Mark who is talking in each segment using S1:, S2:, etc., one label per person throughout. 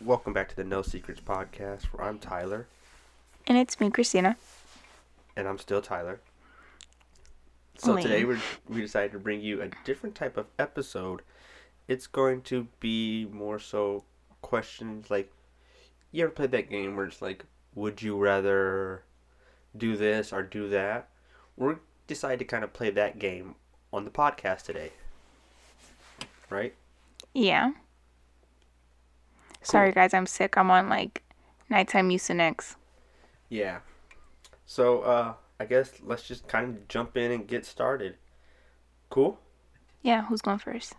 S1: the No Secrets podcast, where I'm Tyler,
S2: And it's me, Christina.
S1: and I'm still Tyler. So
S2: Lame.
S1: today we're, we decided to bring you a different type of episode. It's going to be more so questions like, you ever played that game where it's like, would you rather do this or do that? We're decided to kind of play that game on the podcast today, right?
S2: Yeah. Sorry, guys, I'm sick. I'm on like nighttime Mucinex.
S1: Yeah. So uh I guess let's just kind of jump in and get started. Cool?
S2: Yeah, who's going first?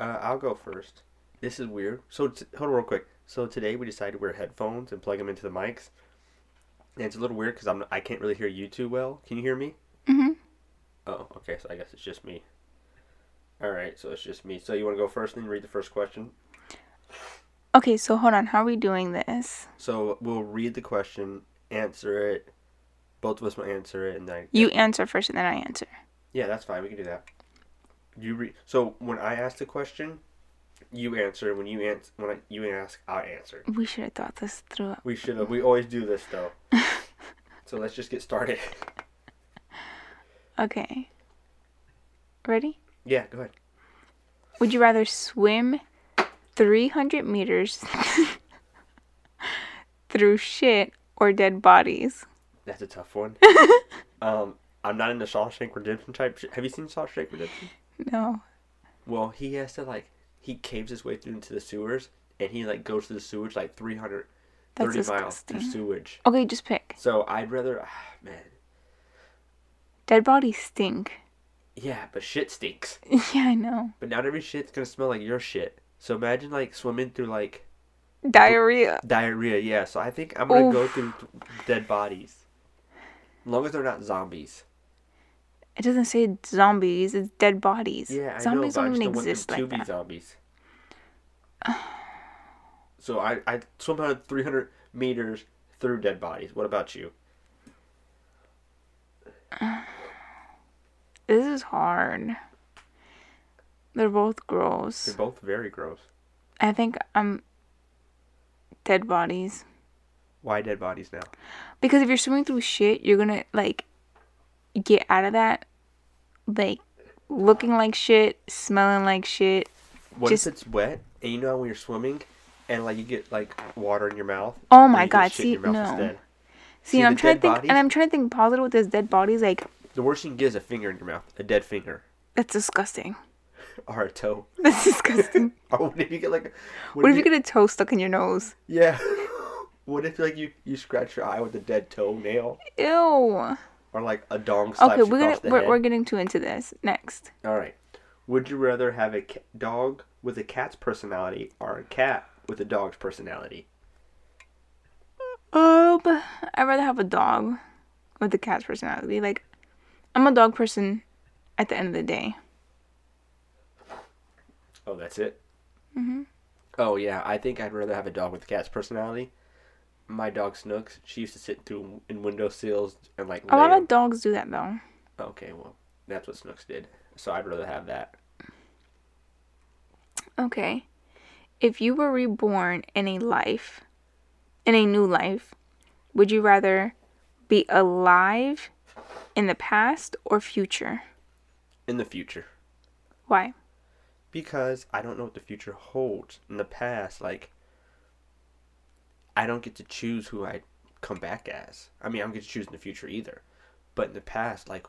S1: Uh, I'll go first. This is weird. So t- hold on real quick. So today we decided to wear headphones and plug them into the mics. And it's a little weird because I'm I can't really hear you too well. Can you hear me?
S2: Mhm.
S1: Oh, okay. So I guess it's just me. All right. So it's just me. So you want to go first and read the first question?
S2: Okay, so hold on. How are we doing this?
S1: So we'll read the question, answer it. Both of us will answer it, and then
S2: You answer first and then I answer.
S1: Yeah, that's fine. We can do that. You re- so when I ask the question, you answer. When you ans- when I, you ask, I answer.
S2: We should have thought this through.
S1: We should have. We always do this though. so let's just get started.
S2: Okay. Ready?
S1: Yeah, go ahead.
S2: Would you rather swim 300 meters through shit or dead bodies?
S1: That's a tough one. um, I'm not into Shawshank Redemption type. Sh- have you seen Shawshank Redemption?
S2: No.
S1: Well, he has to like he caves his way through into the sewers, and he like goes through the sewers like 330
S2: That's
S1: miles through
S2: disgusting.
S1: sewage.
S2: Okay, just pick.
S1: So I'd rather, ah, man.
S2: Dead bodies stink.
S1: Yeah, but shit stinks.
S2: yeah, I know.
S1: But not every shit's gonna smell like your shit. So imagine like swimming through like
S2: Diarrhea.
S1: diarrhea. Yeah. So I think I'm gonna go
S2: Oof.
S1: through th- dead bodies, as long as they're not zombies.
S2: It doesn't say zombies, it's dead bodies.
S1: Yeah, I
S2: zombies
S1: know. But I
S2: don't
S1: just
S2: even
S1: don't want them
S2: exist
S1: to
S2: like
S1: be
S2: that.
S1: zombies. so I I swim out 300 meters through dead bodies. What about you?
S2: This is hard. They're both
S1: They're
S2: gross.
S1: both very gross.
S2: I think I'm dead bodies.
S1: Why dead bodies now?
S2: Because if you're swimming through shit, you're gonna like get out of that like looking like shit, smelling like shit.
S1: What
S2: Just-
S1: if it's wet and you know how when you're swimming and like you get like water in your mouth?
S2: Oh
S1: and
S2: my
S1: you get
S2: God,
S1: shit in your
S2: see,
S1: mouth
S2: no.
S1: instead?
S2: See,
S1: See,
S2: I'm
S1: the
S2: trying
S1: dead
S2: to think
S1: bodies-
S2: and I'm trying to think positive with this dead bodies like
S1: The worst you can get is a finger in your mouth, a dead finger,
S2: that's disgusting.
S1: or a toe.
S2: That's disgusting.
S1: Or what if you get like?
S2: what if you get a toe stuck in your nose?
S1: Yeah. what if like you you scratch your eye with a dead toenail
S2: Ew.
S1: or like a dong slaps
S2: Okay,
S1: you
S2: we're
S1: across
S2: gonna
S1: the
S2: we're,
S1: head?
S2: we're getting too into this next.
S1: All right. Would you rather have a ca- dog with a cat's personality or a cat with a dog's personality?
S2: Um, I'd rather have a dog with a cat's personality. Like, I'm a dog person at the end of the day.
S1: Oh, that's it.
S2: Mm-hmm.
S1: Mhm. Oh yeah, I think I'd rather have a dog with a cat's personality. My dog Snooks, she used to sit through in windowsills and like.
S2: A
S1: lay
S2: lot
S1: on-
S2: of dogs do that though.
S1: Okay, well, that's what Snooks did. So I'd rather have that.
S2: Okay, if you were reborn in a life, in a new life, would you rather be alive in the past or future?
S1: In the future.
S2: Why?
S1: because I don't know what the future holds. In the past, like I don't get to choose who I come back as. I mean, I don't get to choose in the future either. But in the past, like,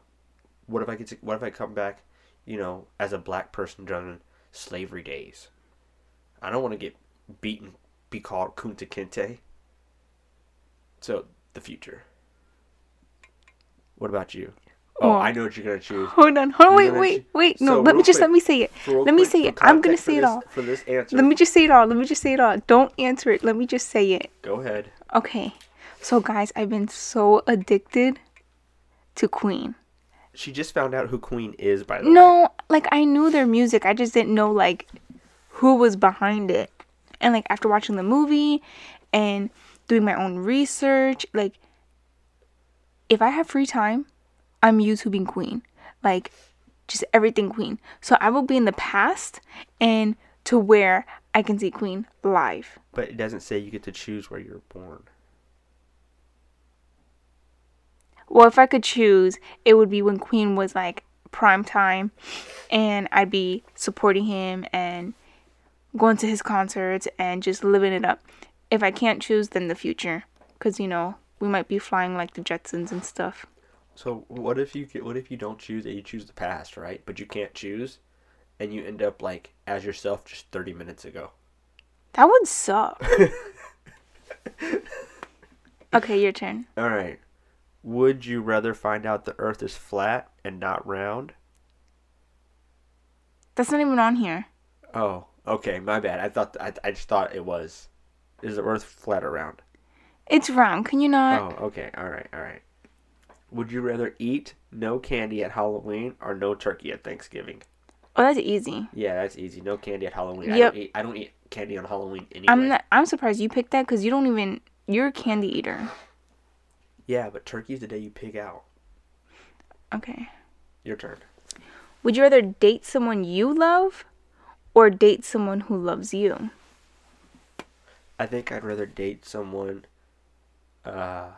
S1: what if I get to? What if I come back, you know, as a black person during slavery days? I don't want to get beaten, be called Kunta Kinte. So the future. What about you? Oh,
S2: Well-
S1: I know what you're gonna choose.
S2: Hold on, hold on,
S1: You're
S2: wait,
S1: gonna
S2: wait,
S1: ch-
S2: wait. No,
S1: So,
S2: let me
S1: real
S2: just let
S1: quick-
S2: me say it.
S1: For real
S2: Let me
S1: quick,
S2: say
S1: for
S2: it. I'm gonna
S1: context for
S2: say it
S1: this-
S2: all.
S1: for this answer.
S2: Let me just say it all. Let me just say it all. Don't answer it. Let me just say it.
S1: Go ahead.
S2: Okay. So guys, I've been so addicted to Queen.
S1: She just found out who Queen is, by the way.
S2: No, like I knew their music. I just didn't know like who was behind it. And like after watching the movie and doing my own research, like if I have free time, I'm YouTubing Queen. Like just everything Queen. So I will be in the past and to where I can see Queen live.
S1: But it doesn't say you get to choose where you're born.
S2: Well, if I could choose, it would be when Queen was like prime time and I'd be supporting him and going to his concerts and just living it up. If I can't choose, then the future. Because, you know, we might be flying like the Jetsons and stuff.
S1: So what if you get, what if you don't choose it? You choose the past, right? But you can't choose, and you end up like as yourself just thirty minutes ago.
S2: That would suck. okay, your turn.
S1: All right. Would you rather find out the Earth is flat and not round?
S2: That's not even on here.
S1: Oh, okay, my bad. I thought I, I just thought it was. Is the Earth flat or round?
S2: It's round. Can you not?
S1: Oh, okay. All right. All right. Would you rather eat no candy at Halloween or no turkey at Thanksgiving?
S2: Oh, that's easy.
S1: Yeah, that's easy. No candy at Halloween. I,
S2: Yep.
S1: don't eat, I don't eat candy on Halloween anyway.
S2: I'm not. I'm surprised you picked that because you don't even. You're a candy eater.
S1: Yeah, but turkey's the day you pig out.
S2: Okay.
S1: Your turn.
S2: Would you rather date someone you love, or date someone who loves you?
S1: I think I'd rather date someone. Uh,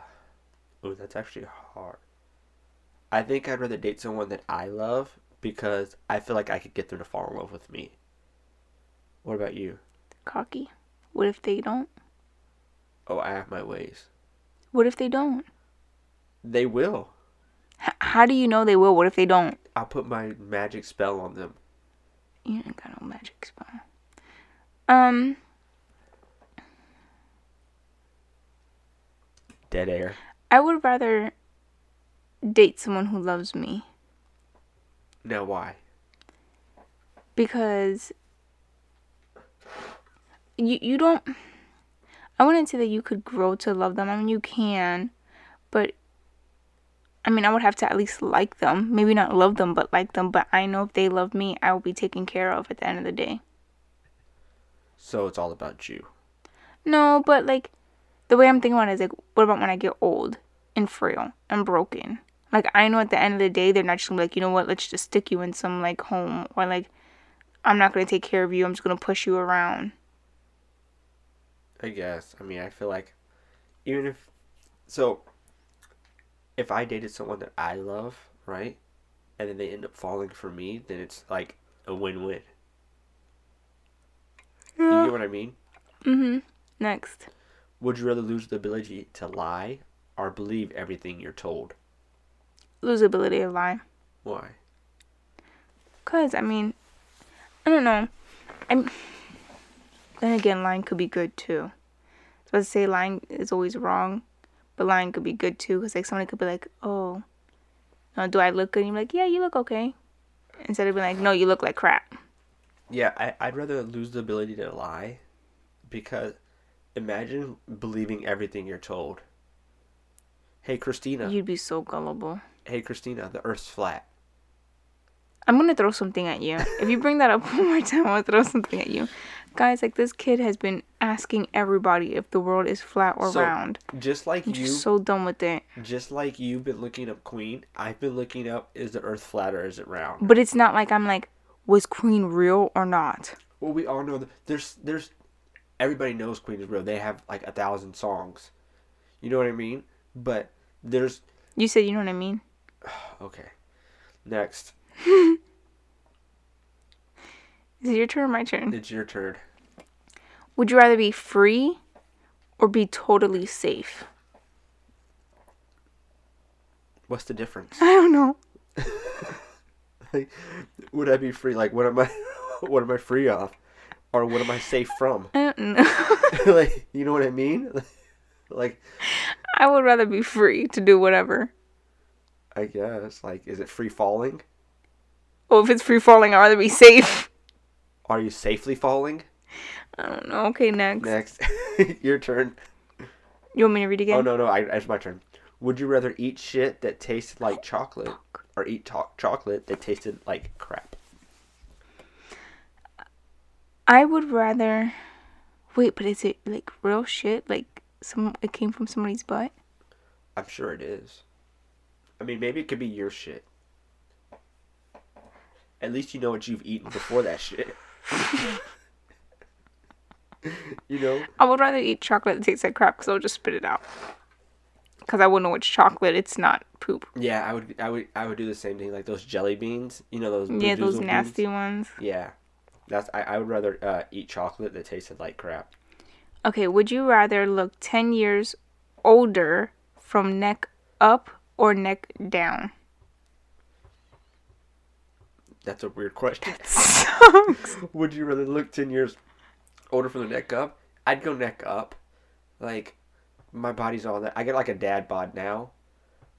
S1: oh, that's actually hard. I think I'd rather date someone that I love because I feel like I could get them to fall in love with me. What about you?
S2: Cocky. What if they don't?
S1: Oh, I have my ways.
S2: What if they don't?
S1: They will.
S2: H- how do you know they will? What if they don't?
S1: I'll put my magic spell on them.
S2: You ain't got no magic spell. Um,
S1: Dead air.
S2: I would rather date someone who loves me
S1: Now, why?
S2: because you you don't. I wouldn't say that you could grow to love them. I mean, you can, but I mean, I would have to at least like them. Maybe not love them, but like them. But I know if they love me, I will be taken care of at the end of the day.
S1: So it's all about you.
S2: No, but like the way I'm thinking about it is like, what about when I get old and frail and broken? Like I know at the end of the day they're not just gonna be like, you know what, let's just stick you in some like home or like I'm not gonna take care of you, I'm just gonna push you around.
S1: I guess. I mean, I feel like even if so, if I dated someone that I love, right, and then they end up falling for me, then it's like a win-win. You get what I mean?
S2: Mm-hmm. Next.
S1: Would you rather lose the ability to lie or believe everything you're told?
S2: Losability of lie.
S1: Why?
S2: Cause I mean I don't know. I'm then again lying could be good too. So I say lying is always wrong, but lying could be good too, because like somebody could be like, Oh, no, do I look good? And you're like, Yeah, you look okay. Instead of being like, No, you look like crap.
S1: Yeah, I, I'd rather lose the ability to lie because imagine believing everything you're told. Hey, Christina.
S2: You'd be so gullible.
S1: hey, Christina, the earth's flat.
S2: I'm gonna throw something at you. If you bring that up one more time, I'm gonna throw something at you. Guys, like this kid has been asking everybody if the world is flat or
S1: So,
S2: round.
S1: Just like
S2: I'm
S1: you,
S2: just so done with it.
S1: just like you've been looking up Queen, I've been looking up is the Earth flat or is it round?
S2: But it's not like I'm like, was Queen real or not?
S1: Well, we all know that there's there's everybody knows Queen is real. They have like a thousand songs. You know what I mean? But there's
S2: You said you know what I mean?
S1: okay. Next,
S2: Is it your turn or my turn?
S1: it's your turn.
S2: Would you rather be free or be totally safe?
S1: What's the difference?
S2: I don't know.
S1: Like, would I be free? Like, what am I? What am I free of? Or what am I safe from?
S2: I don't know.
S1: like, you know what I mean? like,
S2: I would rather be free to do whatever.
S1: I guess. Like, is it free falling?
S2: Well, if it's free falling, I'd rather be safe.
S1: Are you safely falling?
S2: I don't know. Okay, next.
S1: Next, your turn.
S2: You want me to read again?
S1: Oh no, no, I, it's my turn. Would you rather eat shit that tasted like chocolate, or eat to- chocolate that tasted like crap?
S2: I would rather. Wait, but is it like real shit? Like some? It came from somebody's butt.
S1: I'm sure it is. I mean, maybe it could be your shit. At least you know what you've eaten before that shit. you know?
S2: I would rather eat chocolate that tastes like crap because I'll just spit it out. Because I wouldn't know it's chocolate. It's not poop.
S1: Yeah, I would, I would, I would do the same thing. Like those jelly beans. You know those.
S2: Yeah, those
S1: boozled
S2: nasty
S1: beans?
S2: ones.
S1: Yeah, that's. I, I would rather uh, eat chocolate that tasted like crap.
S2: Okay, would you rather look 10 years older from neck up or neck down?
S1: That's a weird question.
S2: Sucks.
S1: would you rather look 10 years older from the neck up? I'd go neck up. Like, my body's all that. I get like a dad bod now.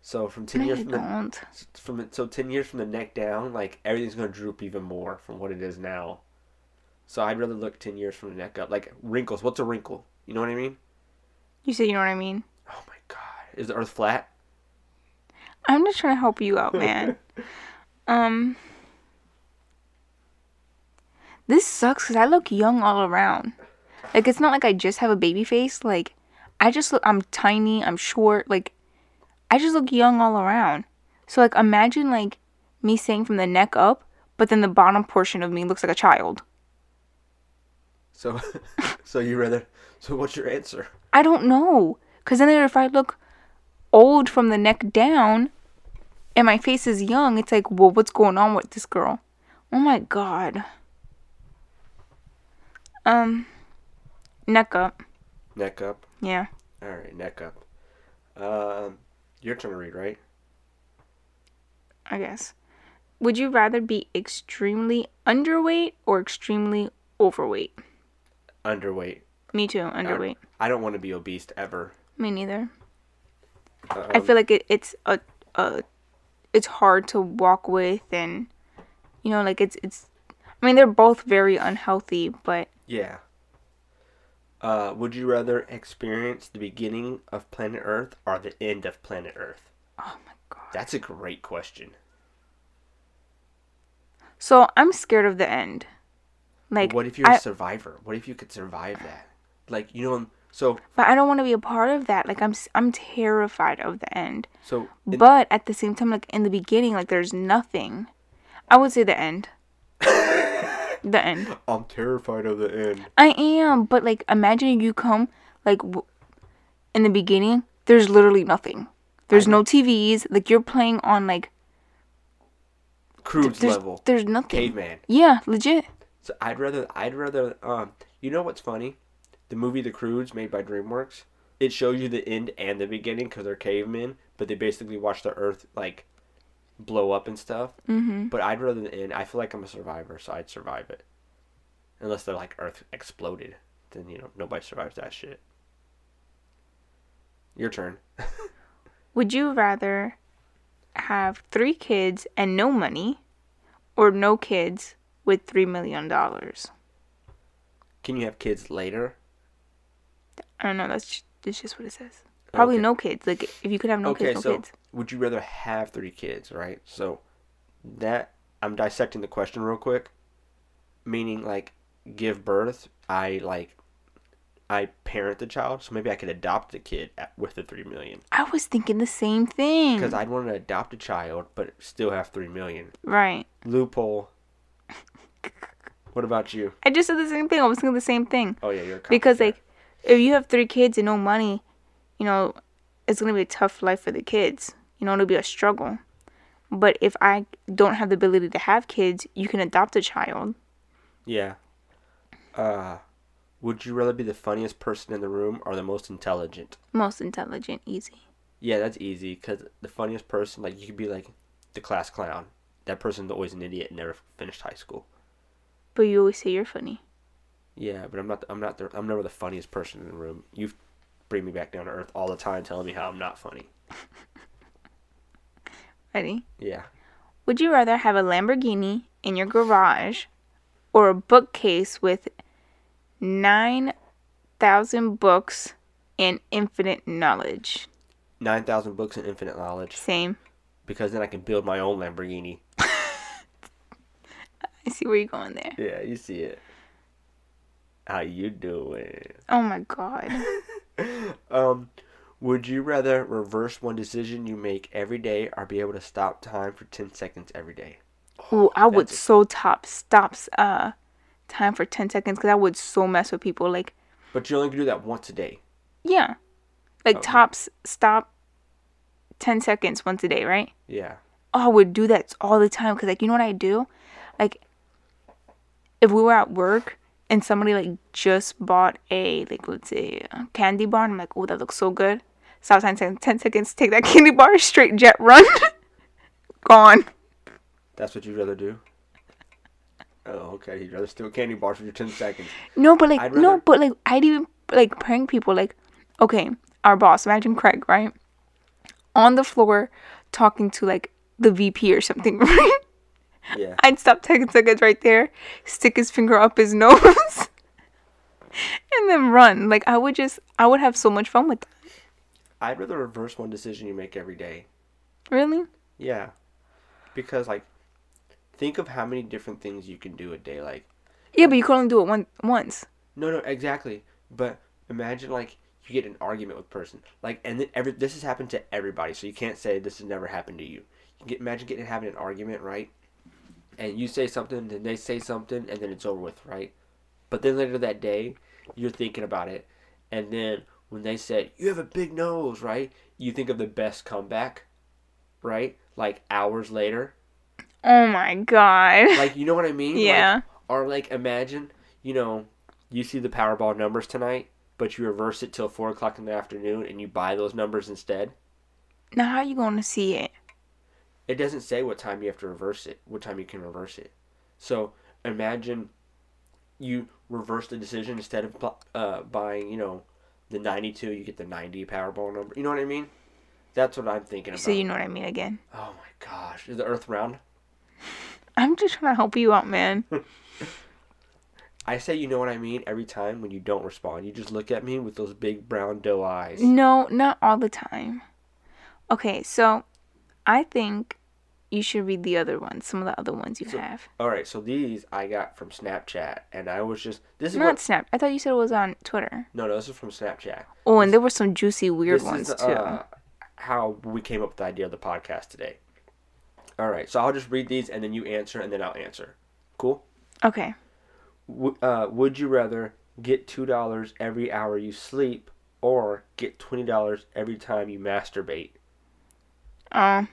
S1: So from 10
S2: No,
S1: years
S2: you
S1: from the,
S2: don't.
S1: from the- so 10 years from the neck down, like everything's going to droop even more from what it is now. So I'd rather look 10 years from the neck up. Like wrinkles, what's a wrinkle? You know what I mean?
S2: You said you know what I mean?
S1: Oh my god. Is the earth flat?
S2: I'm just trying to help you out, man. um, this sucks because I look young all around. Like it's not like I just have a baby face. Like I just look. I'm tiny. I'm short. Like I just look young all around. So like imagine like me saying from the neck up, but then the bottom portion of me looks like a child.
S1: So so you rather So what's your answer?
S2: I don't know. Because then if I look old from the neck down and my face is young, it's like, well, what's going on with this girl? Oh my God. Um, neck up.
S1: Neck up.
S2: Yeah.
S1: All right, neck up. Um your turn to read, right?
S2: I guess. Would you rather be extremely underweight or extremely overweight?
S1: Underweight.
S2: Me too, underweight.
S1: I don't want to be obese ever.
S2: Me neither.
S1: Um,
S2: I feel like it, it's a, a it's hard to walk with and you know like it's it's I mean they're both very unhealthy but
S1: yeah. Uh, would you rather experience the beginning of planet Earth or the end of planet Earth?
S2: oh my god
S1: That's a great question.
S2: so I'm scared of the end like
S1: what if you're a
S2: I,
S1: survivor? What if you could survive that? Like you know, so
S2: but I don't want to be a part of that like I'm s- I'm terrified of the end
S1: so in-
S2: but at the same time like in the beginning like there's nothing I would say the end the end
S1: I'm terrified of the end.
S2: I am, but like, imagine you come like w- in the beginning. There's literally nothing. There's no TVs. Like you're playing on like
S1: Crude
S2: there's
S1: level,
S2: there's nothing.
S1: caveman.
S2: Yeah, legit.
S1: So I'd rather I'd rather um you know what's funny? The movie The Croods made by DreamWorks, it shows you the end and the beginning cuz they're cavemen, but they basically watch the earth like blow up and stuff. Mm-hmm. But I'd rather the end. I feel like I'm a survivor, so I'd survive it. Unless they're like earth exploded, then you know nobody survives that shit. Your turn.
S2: Would you rather have three kids and no money, or no kids with three million dollars?
S1: Can you have kids later?
S2: I don't know. That's just, that's just what it says. Probably
S1: Okay.
S2: no kids. Like if you could have no
S1: okay,
S2: kids, no
S1: so
S2: kids.
S1: would you rather have three kids, right? So that I'm dissecting the question real quick. Meaning like give birth, I like I parent the child, so maybe I could adopt the kid at, with the 3 million
S2: I was thinking the same thing.
S1: cuz I'd want to adopt a child but still have 3 million.
S2: right.
S1: Loophole. What about you?
S2: I just said the same thing. I was thinking the same thing.
S1: Oh yeah, you're a
S2: because
S1: copycat.
S2: like if you have three kids and no money you know it's gonna be a tough life for the kids you know it'll be a struggle but if i don't have the ability to have kids you can adopt a child
S1: Yeah. Uh would you rather be the funniest person in the room or the most intelligent?
S2: most intelligent easy
S1: Yeah, that's easy because the funniest person, like, you could be like the class clown. That person's always an idiot and never finished high school.
S2: but you always say you're funny
S1: Yeah, but I'm not. I'm not. The, I'm never the funniest person in the room. You bring me back down to earth all the time, telling me how I'm not funny.
S2: ready
S1: Yeah,
S2: would you rather have a lamborghini in your garage or a bookcase with 9000 books and infinite knowledge
S1: nine thousand books and infinite knowledge,
S2: same
S1: because then I can build my own Lamborghini.
S2: i see where you're going there
S1: Yeah, you see it. How you doing?
S2: oh my god
S1: Um, would you rather reverse one decision you make every day, or be able to stop time for ten seconds every day?
S2: Ooh, I would
S1: That's
S2: so top stops uh time for 10 seconds because I would so mess with people. Like,
S1: But you only can do that once a day.
S2: yeah. Like,
S1: Okay.
S2: tops stop 10 seconds once a day, right?
S1: Yeah.
S2: oh, I would do that all the time because, like, you know what I do? Like, if we were at work and somebody like just bought a like let's say a candy bar, and I'm like, oh, that looks so good. Stop sign, ten, 10 seconds, take that candy bar, straight jet run, gone.
S1: That's what you'd rather do? Oh, okay. You'd rather steal candy bars for your 10 seconds.
S2: No, but like
S1: I'd
S2: no,
S1: rather-
S2: but like I'd even like prank people. Like, okay, our boss, imagine Craig, right, on the floor talking to like the VP or something, right?
S1: Yeah.
S2: I'd stop 10 seconds right there, stick his finger up his nose, and then run. Like, I would just, I would have so much fun with that.
S1: I'd rather reverse one decision you make every day.
S2: Really?
S1: Yeah. Because, like, think of how many different things you can do a day. Like,
S2: Yeah, but you could only do it one, once.
S1: No, no, exactly. But imagine like you get in an argument with a person, like, and then every this has happened to everybody, so you can't say this has never happened to you. You get imagine getting having an argument, right? And you say something, then they say something, and then it's over with, right? But then later that day, you're thinking about it, and then when they said you have a big nose, right? You think of the best comeback, right? Like hours later,
S2: Oh my god.
S1: like you know what I mean? Like,
S2: Yeah.
S1: or like imagine, you know, you see the Powerball numbers tonight, but you reverse it till four o'clock in the afternoon and you buy those numbers instead.
S2: now, how are you going to see it?
S1: It doesn't say what time you have to reverse it, what time you can reverse it. So imagine you reverse the decision instead of bu- uh, buying, you know, the ninety-two, you get the ninety Powerball number. You know what I mean? That's what I'm thinking about.
S2: So, you know what I mean again.
S1: oh my gosh, is the Earth round?
S2: I'm just trying to help you out, man.
S1: I say you know what I mean every time when you don't respond. You just look at me with those big brown doe eyes.
S2: No, not all the time. Okay, so I think you should read the other ones, some of the other ones you have.
S1: All right, so these I got from Snapchat, and I was just this is
S2: Not
S1: what,
S2: Snap. I thought you said it was on Twitter.
S1: no, no, this is from Snapchat.
S2: Oh, and there were some juicy, weird
S1: This
S2: ones
S1: is
S2: too.
S1: uh, how we came up with the idea of the podcast today. All right, so I'll just read these, and then you answer, and then I'll answer. Cool.
S2: okay.
S1: W- uh, would you rather get two dollars every hour you sleep, or get twenty dollars every time you masturbate?
S2: Oh,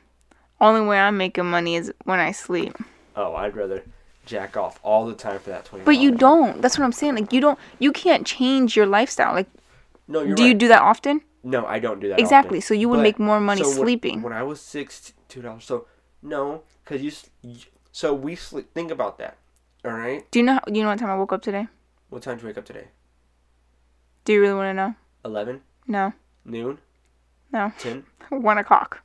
S2: only way I'm making money is when I sleep.
S1: Oh, I'd rather jack off all the time for that twenty.
S2: But you don't. That's what I'm saying. Like you don't. You can't change your lifestyle. Like,
S1: No, you're
S2: do
S1: right.
S2: you do that often?
S1: No, I don't do that.
S2: Exactly,
S1: often.
S2: so you would make more money
S1: when-
S2: sleeping.
S1: When I was six, two dollars. So no, because you, s- you. So we sleep. Think about that. All right.
S2: Do you know? How, you know what time I woke up today?
S1: What time did you wake up today?
S2: Do you really want to know?
S1: Eleven
S2: No.
S1: noon.
S2: No.
S1: Ten.
S2: One o'clock.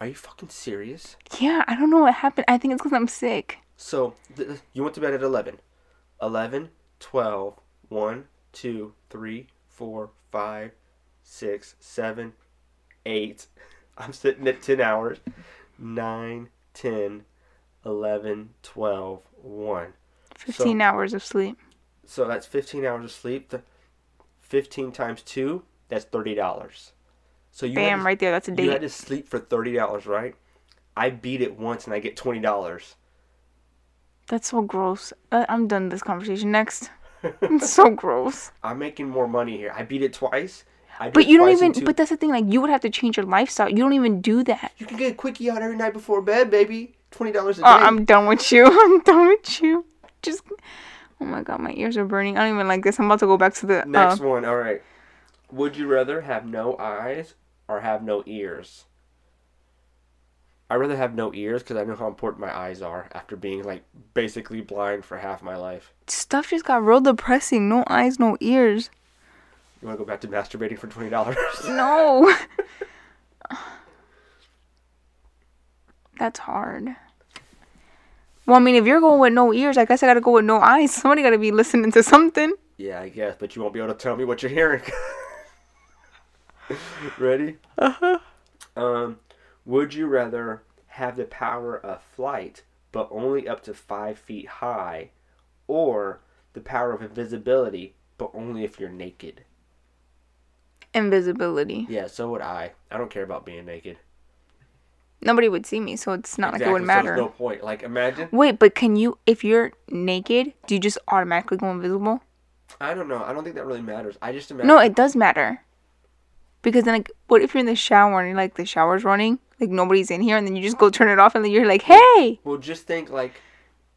S1: Are you fucking serious?
S2: Yeah, I don't know what happened. I think it's because I'm sick.
S1: So th- you went to bed at 11. 11, 12, 1, 2, 3, 4, 5, 6, 7, 8. I'm sitting at 10 hours. 9, 10, 11, 12, 1.
S2: Fifteen hours of sleep.
S1: So that's 15 hours of sleep. Th- 15 times 2, that's $30. So you had
S2: Bam,
S1: to-
S2: right there. That's a
S1: you had
S2: date.
S1: to sleep for $30, right? I beat it once and I get $20.
S2: That's so gross. Uh, I'm done with this conversation. Next. it's so gross.
S1: I'm making more money here. I beat it twice. I do
S2: But
S1: it
S2: you don't
S1: twice in
S2: even.
S1: two-
S2: But that's the thing. Like you would have to change your lifestyle. You don't even do that.
S1: you can get a quickie out every night before bed, baby. Twenty dollars a day.
S2: Oh, I'm done with you. I'm done with you. Just, oh my god, my ears are burning. I don't even like this. I'm about to go back to the.
S1: Next
S2: uh,
S1: one. All right. Would you rather have no eyes or have no ears? I'd rather have no ears because I know how important my eyes are after being like basically blind for half my life.
S2: stuff just got real depressing. No eyes, no ears.
S1: You want to go back to masturbating for twenty dollars?
S2: No. That's hard. Well, I mean, if you're going with no ears, I guess I gotta go with no eyes. Somebody gotta be listening to something.
S1: yeah, I guess, but you won't be able to tell me what you're hearing. Ready?
S2: Uh-huh.
S1: Um, would you rather have the power of flight, but only up to five feet high, or the power of invisibility, but only if you're naked?
S2: Invisibility.
S1: Yeah, so would I. I don't care about being naked.
S2: Nobody would see me, so it's not like it would
S1: so there's
S2: matter.
S1: no point. Like imagine
S2: Wait, but can you if you're naked, do you just automatically go invisible?
S1: I don't know. I don't think that really matters. I just imagine
S2: No, it does matter. Because then like what if you're in the shower and you're like the shower's running? Like nobody's in here and then you just go turn it off and then you're like, Hey
S1: Well, just think like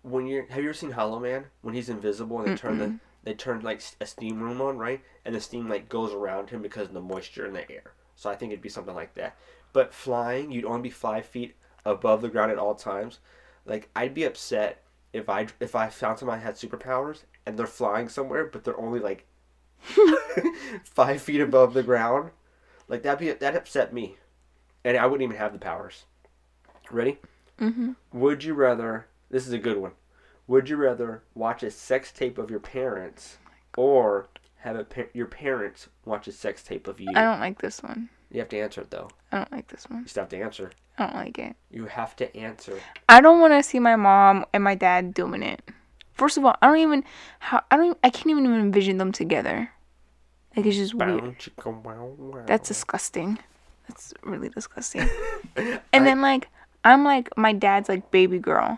S1: when you're. Have you ever seen Hollow Man when he's invisible and they turn the they turn like s- a steam room on, right? And the steam like goes around him because of the moisture in the air. So I think it'd be something like that. But flying, you'd only be five feet above the ground at all times. Like I'd be upset if I if I found someone had superpowers and they're flying somewhere, but they're only like five feet above the ground. Like that'd be that upset me, and I wouldn't even have the powers. Ready?
S2: Mm-hmm.
S1: Would you rather? This is a good one. Would you rather watch a sex tape of your parents, or have a par- your parents watch a sex tape of you?
S2: I don't like this one.
S1: You have to answer it though.
S2: I don't like this one.
S1: You still have to answer.
S2: I don't like it.
S1: You have to answer.
S2: I don't wanna see my mom and my dad doing it. First of all, I don't even how I don't I can't even envision them together. Like it's just weird.
S1: Bow, chicka, wow, wow.
S2: That's disgusting. That's really disgusting. and then like I'm like my dad's like baby girl.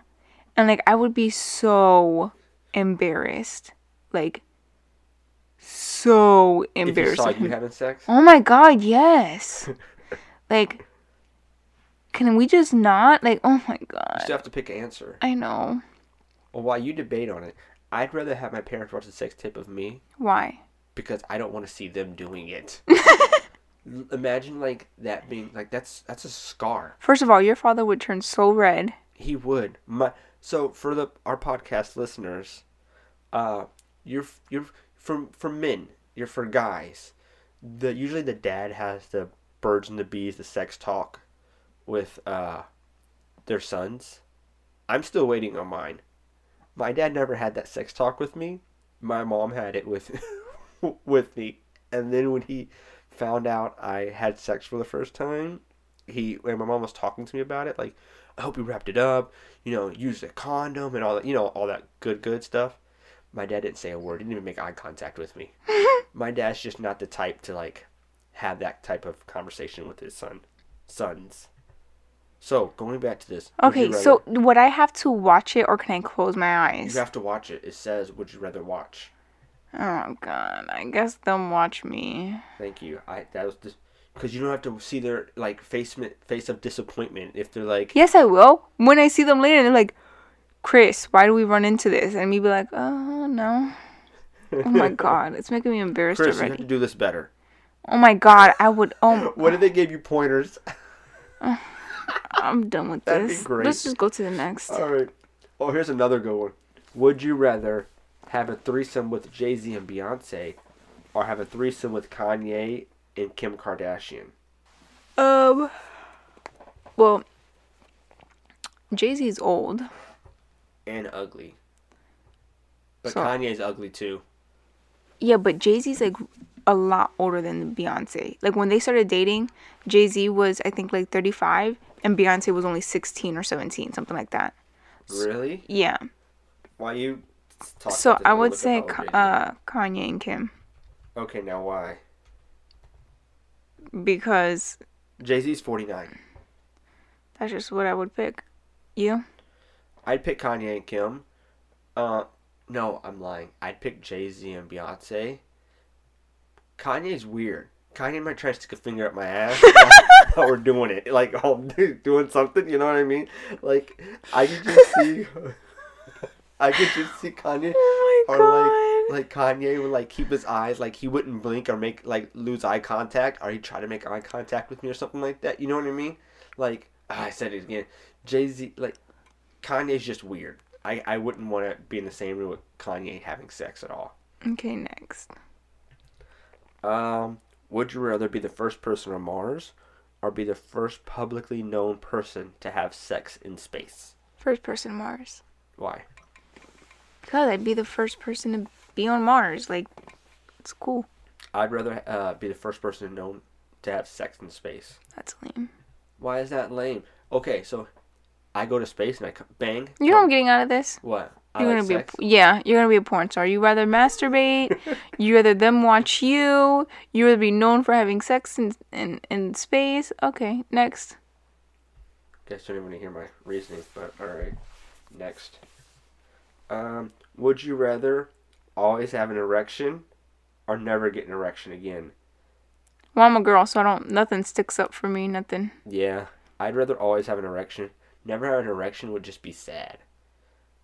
S2: And like I would be so embarrassed. Like so
S1: if you saw
S2: embarrassed.
S1: you having sex.
S2: Oh my god, yes. like can we just not? Like oh my
S1: You
S2: god.
S1: still have to pick an answer.
S2: I know.
S1: Well, while you debate on it, I'd rather have my parents watch a sex tape of me
S2: Why?
S1: because I don't want to see them doing it. L- Imagine like that being like that's that's a scar.
S2: First of all, your father would turn so red.
S1: He would. My so for the our podcast listeners, uh, you're f- you're f- for for men. You're for guys. The usually the dad has the birds and the bees, the sex talk, with uh, their sons. I'm still waiting on mine. My dad never had that sex talk with me. My mom had it with with me. And then when he found out I had sex for the first time, he and my mom was talking to me about it, like, I hope you wrapped it up, you know, used a condom and all that you know, all that good good stuff. My dad didn't say a word, didn't even make eye contact with me. my dad's just not the type to like have that type of conversation with his son sons. So going back to this. would you
S2: Okay,
S1: rather-
S2: so would I have to watch it or can I close my eyes?
S1: you have to watch it. It says, "Would you rather watch?"
S2: Oh god, I guess them watch me.
S1: Thank you. I that was just because you don't have to see their like face face of disappointment if they're like,
S2: Yes, I will. When I see them later, they're like, Chris, why do we run into this? And me be like, oh no. Oh my god, it's making me embarrassed
S1: "Chris, you have to
S2: already.
S1: do this better."
S2: Oh my god, I would. Oh,
S1: What if they gave you pointers?
S2: I'm done with
S1: That'd be
S2: this.
S1: great.
S2: Let's just go to the next.
S1: All right. Oh, here's another good one. Would you rather have a threesome with Jay Z and Beyonce, or have a threesome with Kanye and Kim Kardashian?
S2: Um. Well, Jay Z's old.
S1: And ugly. But
S2: So-
S1: Kanye's ugly too.
S2: Yeah, but Jay Z's like a lot older than Beyonce. Like when they started dating, Jay Z was I think like 35, and Beyonce was only 16 or 17, something like that.
S1: Really?
S2: Yeah.
S1: Why you? Talk
S2: So
S1: about this,
S2: I
S1: I'm gonna
S2: would
S1: look up
S2: say
S1: how old
S2: Ka-
S1: Jay-Z is.
S2: uh, Kanye and Kim
S1: Okay, now why?
S2: because
S1: Jay Z's forty nine.
S2: that's just what I would pick. You?
S1: I'd pick Kanye and Kim. Uh, no, I'm lying. I'd pick Jay Z and Beyonce. Kanye's weird. Kanye might try to stick a finger up my ass while we're doing it, like all doing something. You know what I mean? Like I could just see, I could just see Kanye
S2: Oh my
S1: or like
S2: God.
S1: like Kanye would like keep his eyes like he wouldn't blink or make like lose eye contact or he'd try to make eye contact with me or something like that. You know what I mean? Like ah, I said it again. Jay Z like Kanye's just weird. I, I wouldn't want to be in the same room with Kanye having sex at all.
S2: Okay, next.
S1: Um, would you rather be the first person on Mars or be the first publicly known person to have sex in space?
S2: First person Mars.
S1: Why?
S2: Because I'd be the first person to be on Mars. Like, it's cool.
S1: I'd rather uh, be the first person known to have sex in space.
S2: That's lame.
S1: Why is that lame? Okay, so I go to space and I co- bang.
S2: You know what I'm getting out of this?
S1: What? I
S2: You're
S1: like
S2: gonna be a,
S1: sex?
S2: p- yeah. You're gonna be a porn star. You rather masturbate. you rather them watch you. You rather be known for having sex in in, in space. Okay, next.
S1: guys don't even want to hear my reasoning, but alright. Next. Um, would you rather always have an erection or never get an erection again?
S2: Well, I'm a girl, so I don't. Nothing sticks up for me. Nothing.
S1: Yeah, I'd rather always have an erection. Never have an erection would just be sad.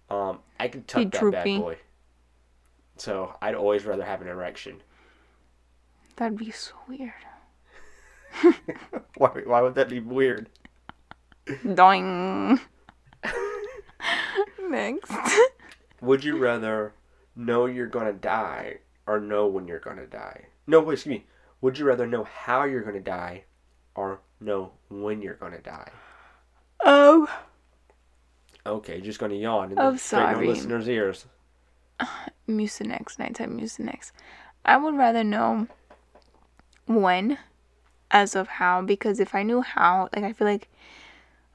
S1: Um, I could tuck
S2: Be
S1: that
S2: droopy.
S1: bad boy. So I'd always rather have an erection.
S2: That'd be so weird.
S1: Why? Why would that be weird?
S2: Doing. Next.
S1: Would you rather know you're gonna die or know when you're gonna die? No, wait, excuse me. Would you rather know how you're gonna die or know when you're gonna die?
S2: Oh,
S1: Okay, just gonna yawn and
S2: I'm
S1: then straighten our
S2: sorry.
S1: listeners' ears.
S2: Mucinex, nighttime Mucinex. I would rather know when as of how because if I knew how, like I feel like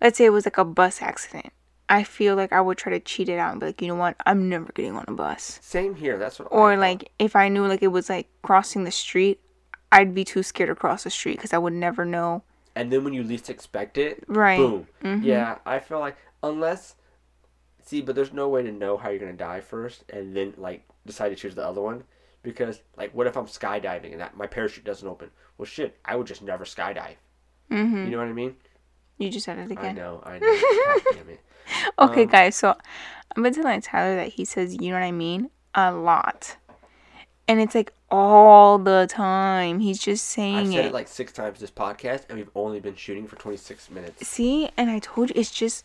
S2: let's say it was like a bus accident. I feel like I would try to cheat it out and be like, you know what, I'm never getting on a bus.
S1: Same here. That's what. I
S2: Or
S1: thought.
S2: like if I knew like it was like crossing the street, I'd be too scared to cross the street because I would never know.
S1: and then when you least expect it,
S2: Right. Mm-hmm.
S1: Boom. Yeah, I feel like unless, see, but there's no way to know how you're gonna die first, and then like decide to choose the other one, because like, what if I'm skydiving and that my parachute doesn't open? Well, shit, I would just never skydive.
S2: hmm
S1: You know what I mean?
S2: You just said it
S1: I
S2: again.
S1: know. I know. God damn it.
S2: Okay,
S1: Um,
S2: guys, so I've been telling Tyler that he says, you know what I mean, a lot. And it's like all the time. He's just
S1: I've
S2: saying
S1: said
S2: it.
S1: it like six times this podcast, and we've only been shooting for 26 minutes.
S2: See, and I told you, it's just,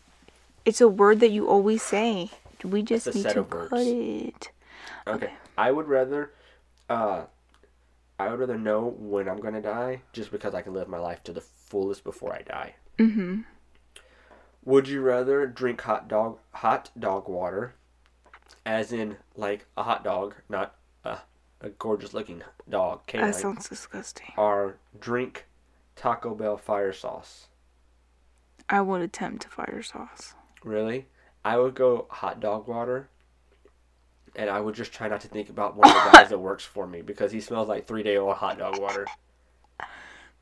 S2: it's a word that you always say. We just
S1: a
S2: need
S1: set
S2: to
S1: of words.
S2: cut it.
S1: Okay. I would rather, uh, I would rather know when I'm gonna die, just because I can live my life to the fullest before I die.
S2: Mm-hmm.
S1: Would you rather drink hot dog hot dog water, as in like a hot dog, not a, a gorgeous looking dog,
S2: That
S1: canine,
S2: sounds disgusting.
S1: or drink Taco Bell fire sauce?
S2: I would attempt to fire sauce.
S1: Really? I would go hot dog water, and I would just try not to think about one of the guys that works for me because he smells like three day old hot dog water.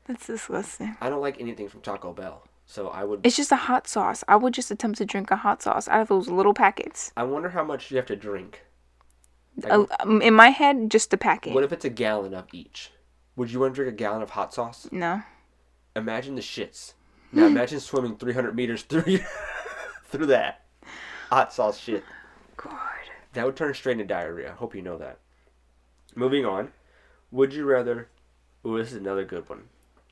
S2: That's disgusting.
S1: I don't like anything from Taco Bell, so I would.
S2: It's just a hot sauce. I would just attempt to drink a hot sauce out of those little packets.
S1: I wonder how much you have to drink. Like,
S2: Uh, um, in my head, just a packet.
S1: what if it's a gallon of each? Would you want to drink a gallon of hot sauce?
S2: no.
S1: Imagine the shits. Now imagine swimming 300 meters through through that hot sauce shit.
S2: God.
S1: That would turn straight into diarrhea. I hope you know that. Moving on. Would you rather? Ooh, this is another good one.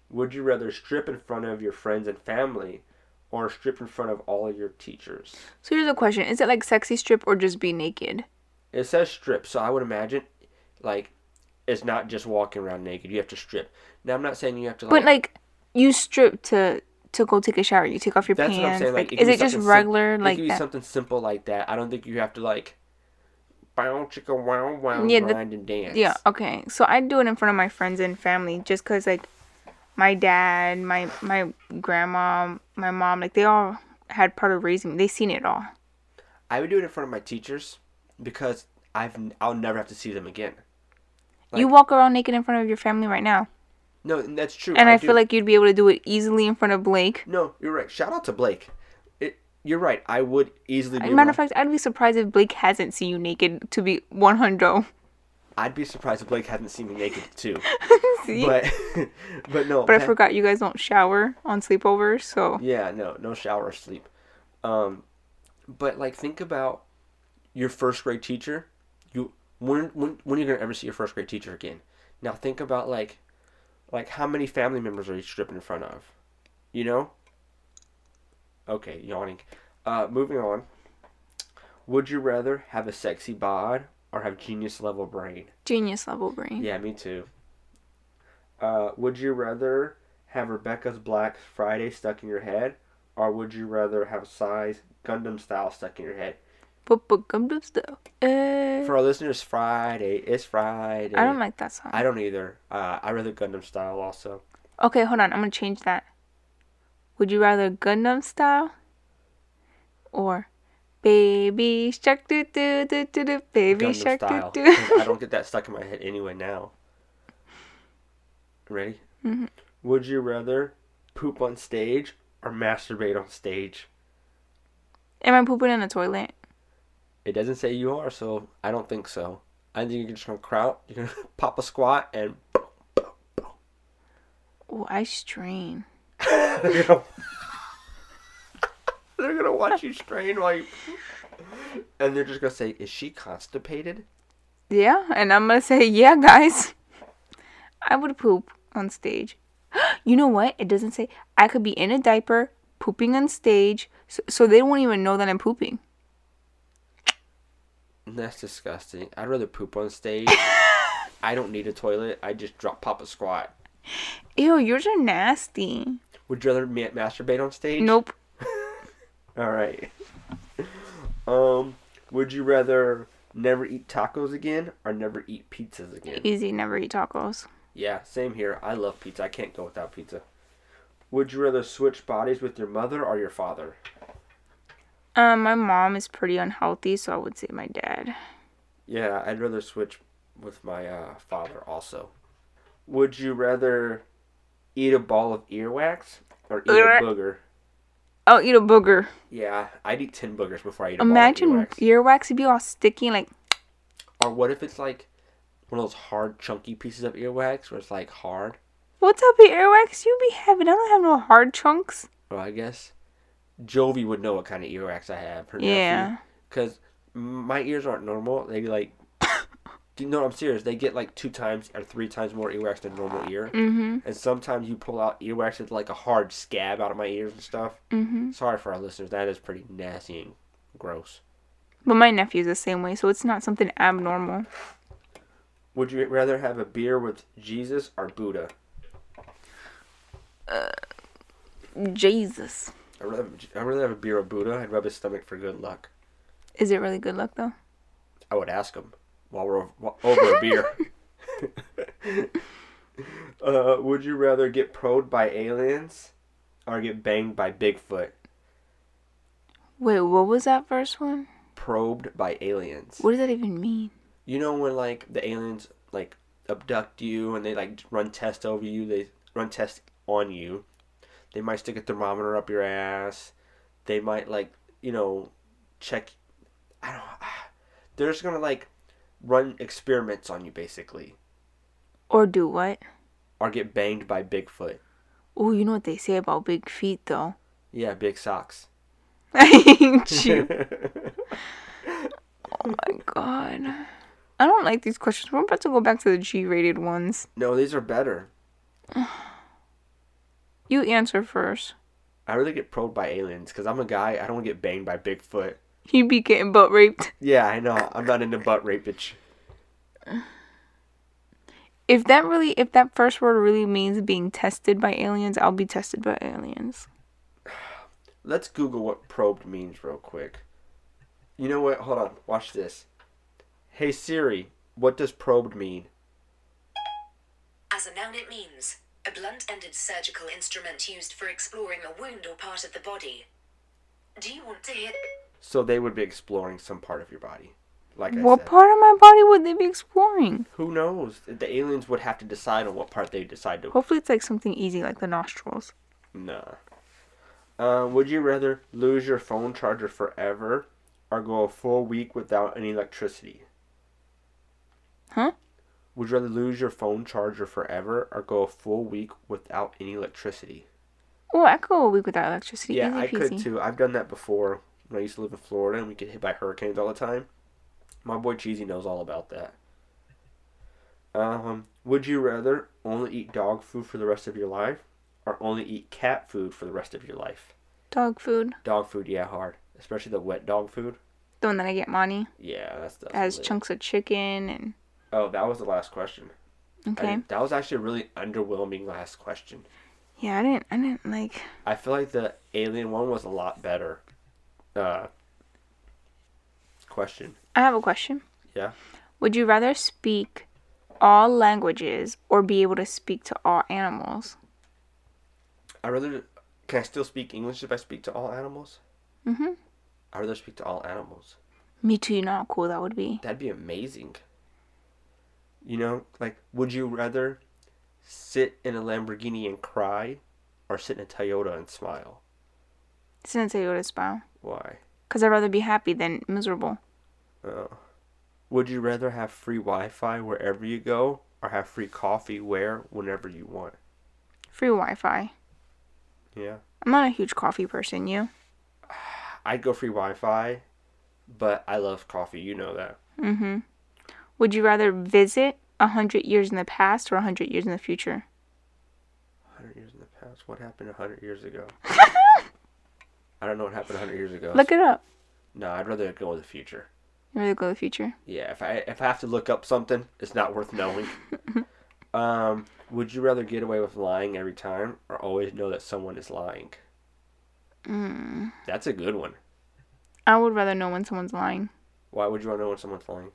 S1: Would you rather strip in front of your friends and family, or strip in front of all of your teachers?
S2: So here's a question: Is it like sexy strip or just be naked?
S1: It says strip, so I would imagine, like, it's not just walking around naked. You have to strip. Now I'm not saying you have to.
S2: But like, you strip to to go take a shower. You take off your
S1: That's
S2: pants.
S1: what I'm saying. Like,
S2: like,
S1: could
S2: is
S1: be
S2: it just
S1: something sim-
S2: regular
S1: it
S2: like
S1: could be
S2: that?
S1: something simple like that. I don't think you have to like bow chicka wow wow
S2: Yeah, the-
S1: grind and dance.
S2: Yeah. Okay. So I do it in front of my friends and family, just cause like my dad, my my grandma, my mom, like they all had part of raising me. They seen it all.
S1: I would do it in front of my teachers because I've n- I'll never have to see them again.
S2: you
S1: Like-
S2: walk around naked in front of your family right now,
S1: No, and that's true.
S2: and I,
S1: do-
S2: feel like you'd be able to do it easily in front of Blake.
S1: no, you're right. Shout out to Blake. It, you're right. I would easily be.
S2: As a matter of
S1: wrong.
S2: fact, I'd be surprised if Blake hasn't seen you naked to be 100.
S1: I'd be surprised if Blake hadn't seen me naked too.
S2: See?
S1: But but no.
S2: But I
S1: that-
S2: forgot you guys don't shower on sleepovers, so
S1: Yeah, no, no shower or sleep. Um, but like, think about your first grade teacher. You when when when you're gonna ever see your first grade teacher again? Now think about like, like how many family members are you stripping in front of? You know. Okay, yawning. Uh, moving on. Would you rather have a sexy bod or have genius level brain?
S2: genius level brain.
S1: Yeah, me too. Uh, would you rather have Rebecca's Black Friday stuck in your head, or would you rather have size Gundam style stuck in your head?
S2: But but come to stuff. Uh,
S1: For our listeners, Friday it's Friday.
S2: I don't like that song.
S1: I don't either. Uh, I rather Gundam style also.
S2: Okay, hold on. I'm gonna change that. Would you rather Gundam style or Baby Shark do do do do do Baby
S1: Gundam
S2: Shark
S1: style.
S2: do
S1: 'cause
S2: do?
S1: I don't get that stuck in my head anyway now.
S2: Mm-hmm.
S1: Ready? Would you rather poop on stage or masturbate on stage.
S2: Am I pooping in a toilet?
S1: It doesn't say you are, so I don't think so. I think you're just gonna crouch, you're gonna pop a squat, and
S2: Oh, I strain.
S1: they're gonna, they're gonna watch you strain while you. And they're just gonna say, "Is she constipated?"
S2: Yeah, and I'm gonna say, yeah, guys, I would poop on stage. you know what? It doesn't say I could be in a diaper pooping on stage, so, so they won't even know that I'm pooping.
S1: That's disgusting. I'd rather poop on stage. I don't need a toilet. I just drop pop a squat.
S2: Ew, yours are nasty.
S1: Would you rather ma- masturbate on stage?
S2: Nope.
S1: All right. Um, would you rather never eat tacos again or never eat pizzas again?
S2: Easy, never eat tacos.
S1: Yeah, same here. I love pizza. I can't go without pizza. Would you rather switch bodies with your mother or your father?
S2: Um, my mom is pretty unhealthy, so I would say my dad.
S1: Yeah, I'd rather switch with my uh, father also. Would you rather eat a ball of earwax or eat
S2: Earwax.
S1: a booger?
S2: I'll eat a booger.
S1: Yeah, I'd eat 10 boogers before I eat a ball
S2: Imagine
S1: of earwax.
S2: earwax would be all sticky, like
S1: Or what if it's like one of those hard, chunky pieces of earwax where it's like hard?
S2: What's up, with earwax? You be having? I don't have no hard chunks.
S1: Well, I guess Jovi would know what kind of earwax I have. Her
S2: Yeah.
S1: Because my ears aren't normal. They like. Do you know I'm serious? They get like two times or three times more earwax than normal ear.
S2: Mm-hmm.
S1: And sometimes you pull out earwax with like a hard scab out of my ears and stuff.
S2: Mm-hmm.
S1: Sorry for our listeners. That is pretty nasty and gross.
S2: But my nephew's the same way, so it's not something abnormal.
S1: Would you rather have a beer with Jesus or Buddha?
S2: Jesus.
S1: I'd rather, I'd rather have a beer with Buddha. I'd rub his stomach for good luck.
S2: Is it really good luck though?
S1: I would ask him while we're over, over a beer. uh, would you rather get probed by aliens or get banged by Bigfoot?
S2: Wait, what was that first one?
S1: Probed by aliens.
S2: What does that even mean?
S1: You know when like the aliens like abduct you and they like run tests over you. They run tests on you. They might stick a thermometer up your ass. They might like you know check. I don't. They're just gonna like run experiments on you basically,
S2: Or do what?
S1: or get banged by Bigfoot.
S2: Oh, you know what they say about big feet though.
S1: Yeah, big socks.
S2: I hate you.
S1: All
S2: my God. I don't like these questions. We're about to go back to the G-rated ones.
S1: No, these are better.
S2: You answer first.
S1: I really get probed by aliens because I'm a guy. I don't wanna get banged by Bigfoot.
S2: You be getting butt raped.
S1: Yeah, I know. I'm not into butt rapage.
S2: If that really, if that first word really means being tested by aliens, I'll be tested by aliens.
S1: Let's Google what probed means real quick. You know what? Hold on. Watch this. Hey Siri, what does probed mean?
S3: As a noun, it means a blunt ended surgical instrument used for exploring a wound or part of the body. Do you want to hear?
S1: So they would be exploring some part of your body. Like I
S2: What
S1: said.
S2: part of my body would they be exploring?
S1: Who knows? The aliens would have to decide on what part they decide to.
S2: Hopefully, it's like something easy, like the nostrils.
S1: Nah. Uh, would you rather lose your phone charger forever or go a full week without any electricity?
S2: Huh?
S1: Would you rather lose your phone charger forever or go a full week without any electricity?
S2: Oh, I could go a week without electricity.
S1: Yeah,
S2: easy
S1: I could
S2: peasy.
S1: too. I've done that before when I used to live in Florida and we get hit by hurricanes all the time. My boy Cheesy knows all about that. Um, would you rather only eat dog food for the rest of your life or only eat cat food for the rest of your life?
S2: Dog food,
S1: Dog food, yeah, hard. Especially the wet dog food.
S2: the one that I get money
S1: Yeah, that's the.
S2: It has chunks of chicken and
S1: Oh, that was the last question. I
S2: okay.
S1: didn't- that was actually a really underwhelming last question.
S2: yeah, I didn't, I didn't like.
S1: I feel like the alien one was a lot better. Uh, question.
S2: I have a question.
S1: Yeah.
S2: Would you rather speak all languages or be able to speak to all animals?
S1: I rather. Can I still speak English if I speak to all animals?
S2: Mm-hmm.
S1: I rather speak to all animals.
S2: Me too. You know how cool that would be.
S1: That'd be amazing. You know, like, would you rather sit in a Lamborghini and cry, or sit in a Toyota and smile?
S2: Since I go to spa.
S1: Why?
S2: Because I'd rather be happy than miserable.
S1: Oh. Would you rather have free Wi Fi wherever you go or have free coffee where, whenever you want?
S2: Free Wi Fi.
S1: Yeah.
S2: I'm not a huge coffee person, you?
S1: I'd go free Wi Fi, but I love coffee. You know that.
S2: Would you rather visit a 100 years in the past or a 100 years in the future?
S1: 100 years in the past. What happened 100 years ago? I don't know what happened 100 years ago.
S2: Look it up.
S1: no, I'd rather go with the future.
S2: You rather go to the future?
S1: Yeah, if I if I have to look up something, it's not worth knowing. um, would you rather get away with lying every time or always know that someone is lying? That's a good one.
S2: I would rather know when someone's lying.
S1: Why would you want to know when someone's lying?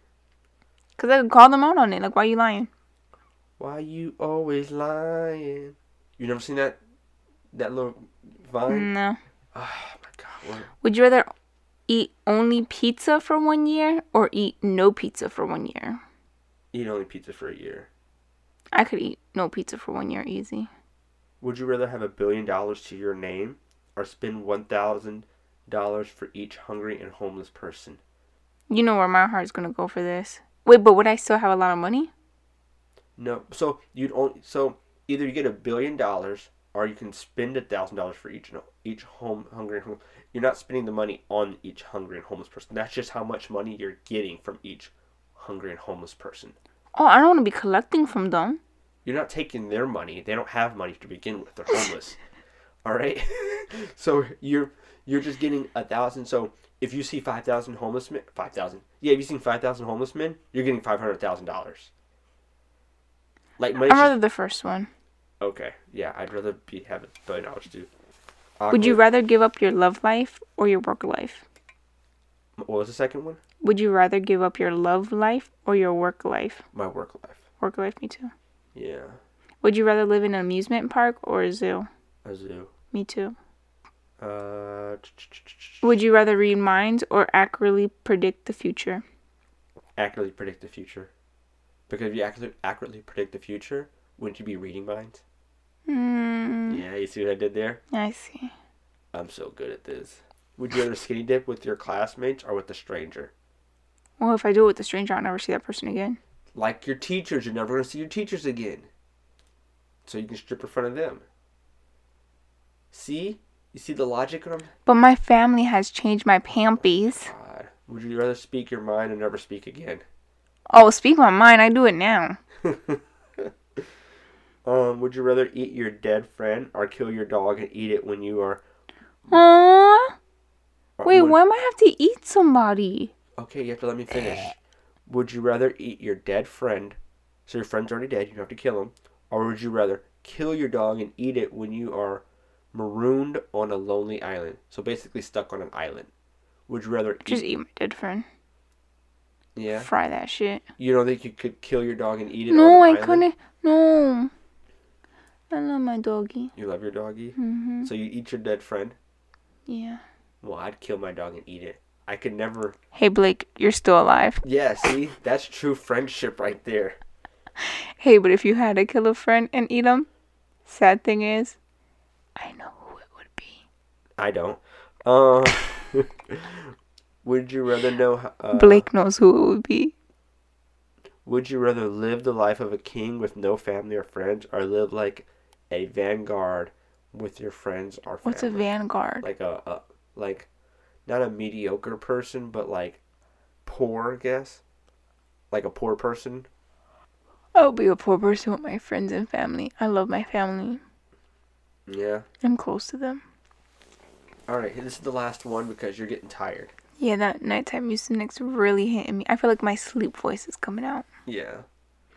S2: Because I could call them out on it. Like, why are you lying?
S1: Why you always lying? You never seen that that little vine?
S2: No.
S1: Oh my god. What?
S2: Would you rather eat only pizza for one year or eat no pizza for one year?
S1: Eat only pizza for a year.
S2: I could eat no pizza for one year easy.
S1: Would you rather have a billion dollars to your name or spend one thousand dollars for each hungry and homeless person?
S2: You know where my heart's gonna go for this. Wait, but would I still have a lot of money?
S1: No. So you'd only so either you get a billion dollars or you can spend a thousand dollars for each each home hungry and homeless. You're not spending the money on each hungry and homeless person. That's just how much money you're getting from each hungry and homeless person.
S2: Oh, I don't want to be collecting from them.
S1: You're not taking their money. They don't have money to begin with. They're homeless. All right. so you're you're just getting a thousand. So if you see five thousand homeless men, five thousand. Yeah, if you seen five thousand homeless men, you're getting five hundred thousand dollars. Like money's
S2: I'd
S1: just
S2: rather the first one.
S1: Okay. Yeah, I'd rather be have a billion dollars too.
S2: Would you
S1: Awkward.
S2: rather give up your love life or your work life?
S1: What was the second one?
S2: Would you rather give up your love life or your work life?
S1: My work life.
S2: Work life, me too.
S1: Yeah.
S2: Would you rather live in an amusement park or a zoo?
S1: A zoo.
S2: Me too.
S1: Uh.
S2: Would you rather read minds or accurately predict the future?
S1: Accurately predict the future. Because if you accurately accurately predict the future, wouldn't you be reading minds?
S2: Mm,
S1: Yeah. You see what I did there?
S2: I see.
S1: I'm so good at this. Would you rather skinny dip with your classmates or with a stranger?
S2: Well, if I do it with a stranger, I'll never see that person again.
S1: Like your teachers, you're never gonna see your teachers again. So you can strip in front of them. See? You see the logic of
S2: But my family has changed my pampies.
S1: God. Would you rather speak your mind or never speak again?
S2: Oh, speak my mind. I do it now.
S1: Um, would you rather eat your dead friend or kill your dog and eat it when you are?
S2: Aww.
S1: or
S2: Wait,
S1: would-
S2: why am I have to eat somebody?
S1: Okay, you have to let me finish.
S2: Eh.
S1: Would you rather eat your dead friend, so your friend's already dead, you don't have to kill him, or would you rather kill your dog and eat it when you are marooned on a lonely island? So basically stuck on an island. Would you rather
S2: Just
S1: eat?
S2: eat my dead friend.
S1: Yeah.
S2: Fry that shit.
S1: You don't think you could kill your dog and eat it? on
S2: No, I
S1: an island?
S2: couldn't. No. I love my doggy.
S1: You love your doggy,
S2: Mm-hmm.
S1: so you eat your dead friend.
S2: Yeah.
S1: Well, I'd kill my dog and eat it. I could never.
S2: Hey, Blake, you're still alive.
S1: Yeah, see, that's true friendship right there.
S2: Hey, but if you had to kill a friend and eat him, sad thing is, I know who it would be.
S1: I don't. Uh, would you rather know? h- Uh,
S2: Blake knows who it would be.
S1: Would you rather live the life of a king with no family or friends, or live like a vanguard with your friends or family?
S2: What's a vanguard?
S1: like a, a like not a mediocre person, but like poor, I guess. Like a poor person.
S2: I'll be a poor person with my friends and family. I love my family.
S1: Yeah.
S2: I'm close to them.
S1: All right, this is the last one because you're getting tired.
S2: Yeah, that nighttime mucinex really hitting me. I feel like my sleep voice is coming out.
S1: Yeah.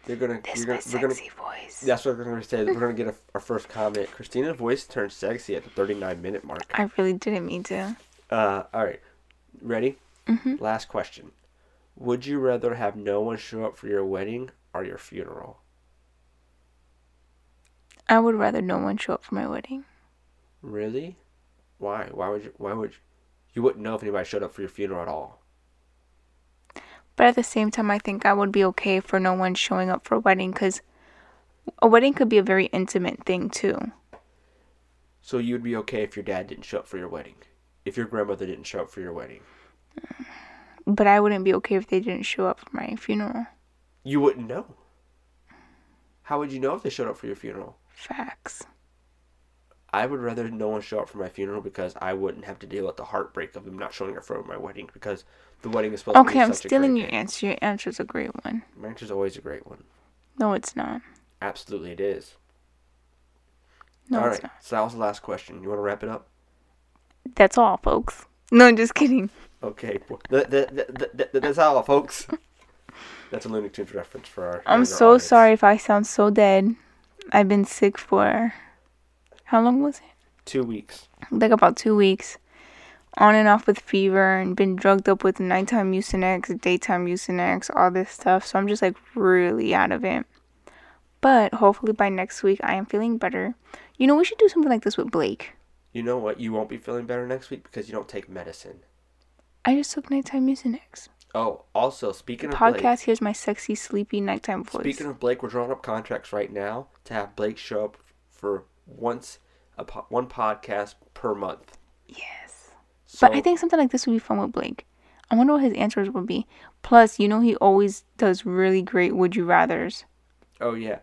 S1: They're gonna.
S2: This
S1: you're
S2: my
S1: gonna, we're gonna
S2: sexy voice.
S1: That's what we're gonna say. We're gonna get a, our first comment. Christina's voice turned sexy at the 39 minute mark.
S2: I really didn't mean to.
S1: Uh, all right, ready? Mm-hmm. Last question: Would you rather have no one show up for your wedding or your funeral?
S2: I would rather no one show up for my wedding.
S1: Really? Why? Why would you? Why would you? You wouldn't know if anybody showed up for your funeral at all.
S2: But at the same time, I think I would be okay for no one showing up for a wedding because a wedding could be a very intimate thing too.
S1: So you'd be okay if your dad didn't show up for your wedding. if your grandmother didn't show up for your wedding?
S2: But I wouldn't be okay if they didn't show up for my funeral.
S1: You wouldn't know. How would you know if they showed up for your funeral?
S2: Facts.
S1: I would rather no one show up for my funeral because I wouldn't have to deal with the heartbreak of them not showing up for my wedding because the wedding is supposed to
S2: Okay,
S1: be
S2: I'm
S1: such
S2: stealing
S1: a
S2: your
S1: great
S2: answer. Your answer's a great one.
S1: My answer's always a great one.
S2: No, it's not.
S1: Absolutely, it is.
S2: No,
S1: All
S2: it's
S1: right, so that was the last question. You want to wrap it up?
S2: not. That's all, folks. No, I'm just kidding.
S1: Okay, well, th- th- th- th- th- that's all, folks. That's a Looney Tunes reference for our.
S2: I'm
S1: younger
S2: so
S1: audience.
S2: sorry if I sound so dead. I've been sick for how long was it?
S1: Two weeks.
S2: Like about two weeks. On and off with fever and been drugged up with nighttime Mucinex, daytime Mucinex, all this stuff. So I'm just like really out of it. But hopefully by next week I am feeling better. You know, we should do something like this with Blake.
S1: You know what? You won't be feeling better next week because you don't take medicine.
S2: I just took nighttime Mucinex.
S1: Oh, also speaking of
S2: Podcast,
S1: Blake,
S2: here's my sexy, sleepy nighttime voice.
S1: speaking of Blake, we're drawing up contracts right now to have Blake show up for once a po- one podcast per month.
S2: yes.
S1: So,
S2: But I think something like this would be fun with Blake. I wonder what his answers would be. Plus, you know, he always does really great would you rathers.
S1: Oh yeah,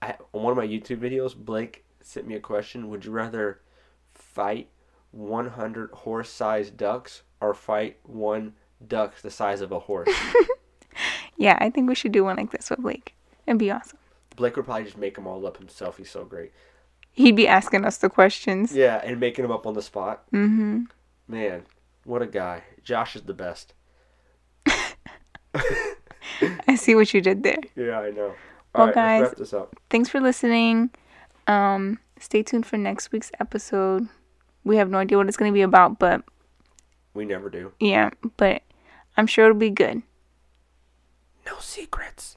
S1: I, on one of my YouTube videos, Blake sent me a question: Would you rather fight 100 horse-sized ducks or fight one duck the size of a horse?
S2: Yeah, I think we should do one like this with Blake. It'd be awesome.
S1: Blake would probably just make them all up himself. He's so great.
S2: He'd be asking us the questions.
S1: Yeah, and making them up on the spot.
S2: Mm-hmm.
S1: Man, what a guy. Josh is the best.
S2: I see what you did there.
S1: Yeah, I know.
S2: Well,
S1: All right,
S2: guys-
S1: let's wrap this up.
S2: Thanks for listening. Um, stay tuned for next week's episode. We have no idea what it's going to be about, but
S1: We never do.
S2: yeah, but I'm sure it'll be good.
S1: No secrets.